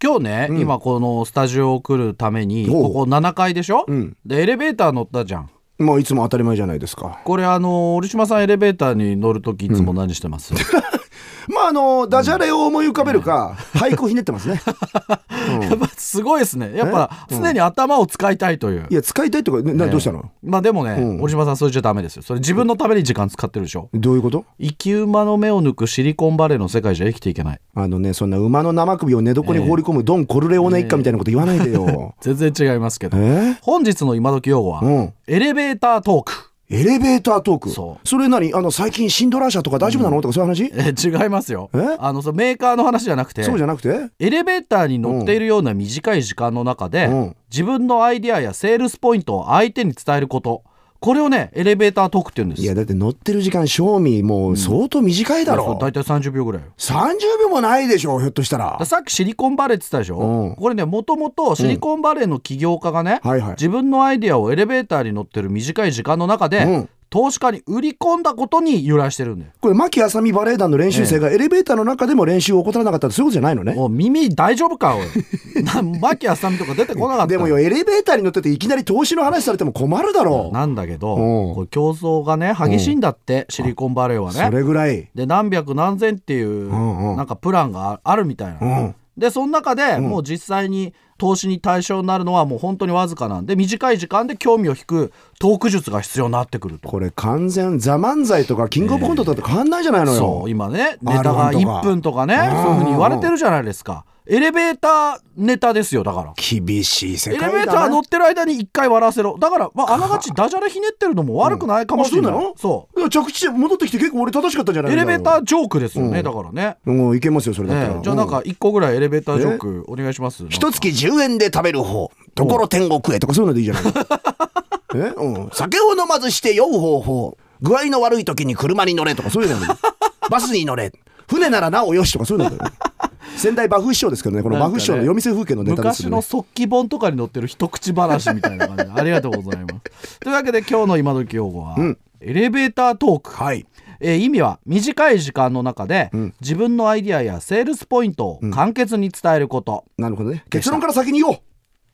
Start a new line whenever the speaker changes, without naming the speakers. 今日ね、今このスタジオを来るために
おう
ここ7階でしょ、でエレベーター乗ったじゃん
もういつも当たり前じゃないですか。
これあの折島さんエレベーターに乗るときいつも何してます、
まあ、あの、ダジャレを思い浮かべるか、俳句をひねってますね。
やっぱすごいですねやっぱ常に頭を使いたいという
い、や、使いたいとか、ねなどうしたの
まあでもね、
うん
折島さんそれじゃダメですよそれ自分のために時間使ってるでしょ
どういうこと
生き馬の目を抜くシリコンバレーの世界じゃ生きていけない
あのね、そんな馬の生首を寝床に放り込むドン・コルレオーネ一家みたいなこと言わないで よ。
全然違いますけ
え
ど本日の今時用語は、
うん
エレベータートーク
エレベータートーク。
そ
れ何あの、最近シンドラー社とか大丈夫なの、とかそういう話
え違いますよ
え
あのそのメーカーの話じゃなくて
そうじゃなくて
エレベーターに乗っているような短い時間の中で、
うん
自分のアイデアやセールスポイントを相手に伝えることこれをねエレベータートークって言うんです
いや、だって乗ってる時間、賞味、もう相当短いだろ。
だいたい30秒ぐらいよ
30秒もないでしょ、ひょっとしたら
だ。さっきシリコンバレーって言ったでしょ、
うん
これねもともとシリコンバレーの起業家がね、
はいはい
自分のアイデアをエレベーターに乗ってる短い時間の中で、
うん
投資家に売り込んだことに由来してるんだよ
これ、牧浅見バレエ団の練習生がエレベーターの中でも練習を怠らなかったってそういうことじゃないのね。
お耳大丈夫かお いな牧あさみとか出てこなかった
でもよ、エレベーターに乗ってていきなり投資の話されても困るだろ
なんだけど
うん
これ競争がね激しいんだってシリコンバレーは
う。そ
ね
れぐらい。
で何百何千っていう、
んうん
なんかプランがあるみたいな、
うん
でその中で、もう実際に投資に対象になるのはもう本当にわずかなんで短い時間で興味を引くトーク術が必要になってくると
これ完全、ザ漫才とかキングオブコントとかと変わんないじゃないの
そ
よ
う。今ねネタが
R1 とか
1分とかねそう
うん
いうふうに言われてるじゃないですかエレベーターネタですよだから。
厳しい世
エ
界だ
レ
ね。
ベーター乗ってる間に一回笑わせろだから、まあ、あながちダジャレひねってるのも悪くないかもしれない、
あそうなの
そ
いや着地で戻ってきて結構俺正しかったんじゃな
う
い
エレベーター
ー
ジョークですよね、だからね
うん、いけますよ、それだった
え
ら。
え、じゃあなん
う
か一個ぐらいエレベータージョークお願いします。
一月10円で食べる方ところ天国へとかそういうのでいいじゃないえ、うん、酒を飲まずして酔う方法具合の悪い時に車に乗れとかそういうのでいいバスに乗れ船ならなおよしとかそういうのでいい仙台馬風師匠ですけどねこの馬風師匠の夜店風景のネタで
昔
すよ
の
ね
速記本とかに載ってる一口話みたいな感じでありがとうございます。というわけで今日の今時用語は、エレベータートーク、
はい
えー意味は短い時間の中で、自分のアイディアやセールスポイントを簡潔に伝えること、
なるほどね結論から先に言おう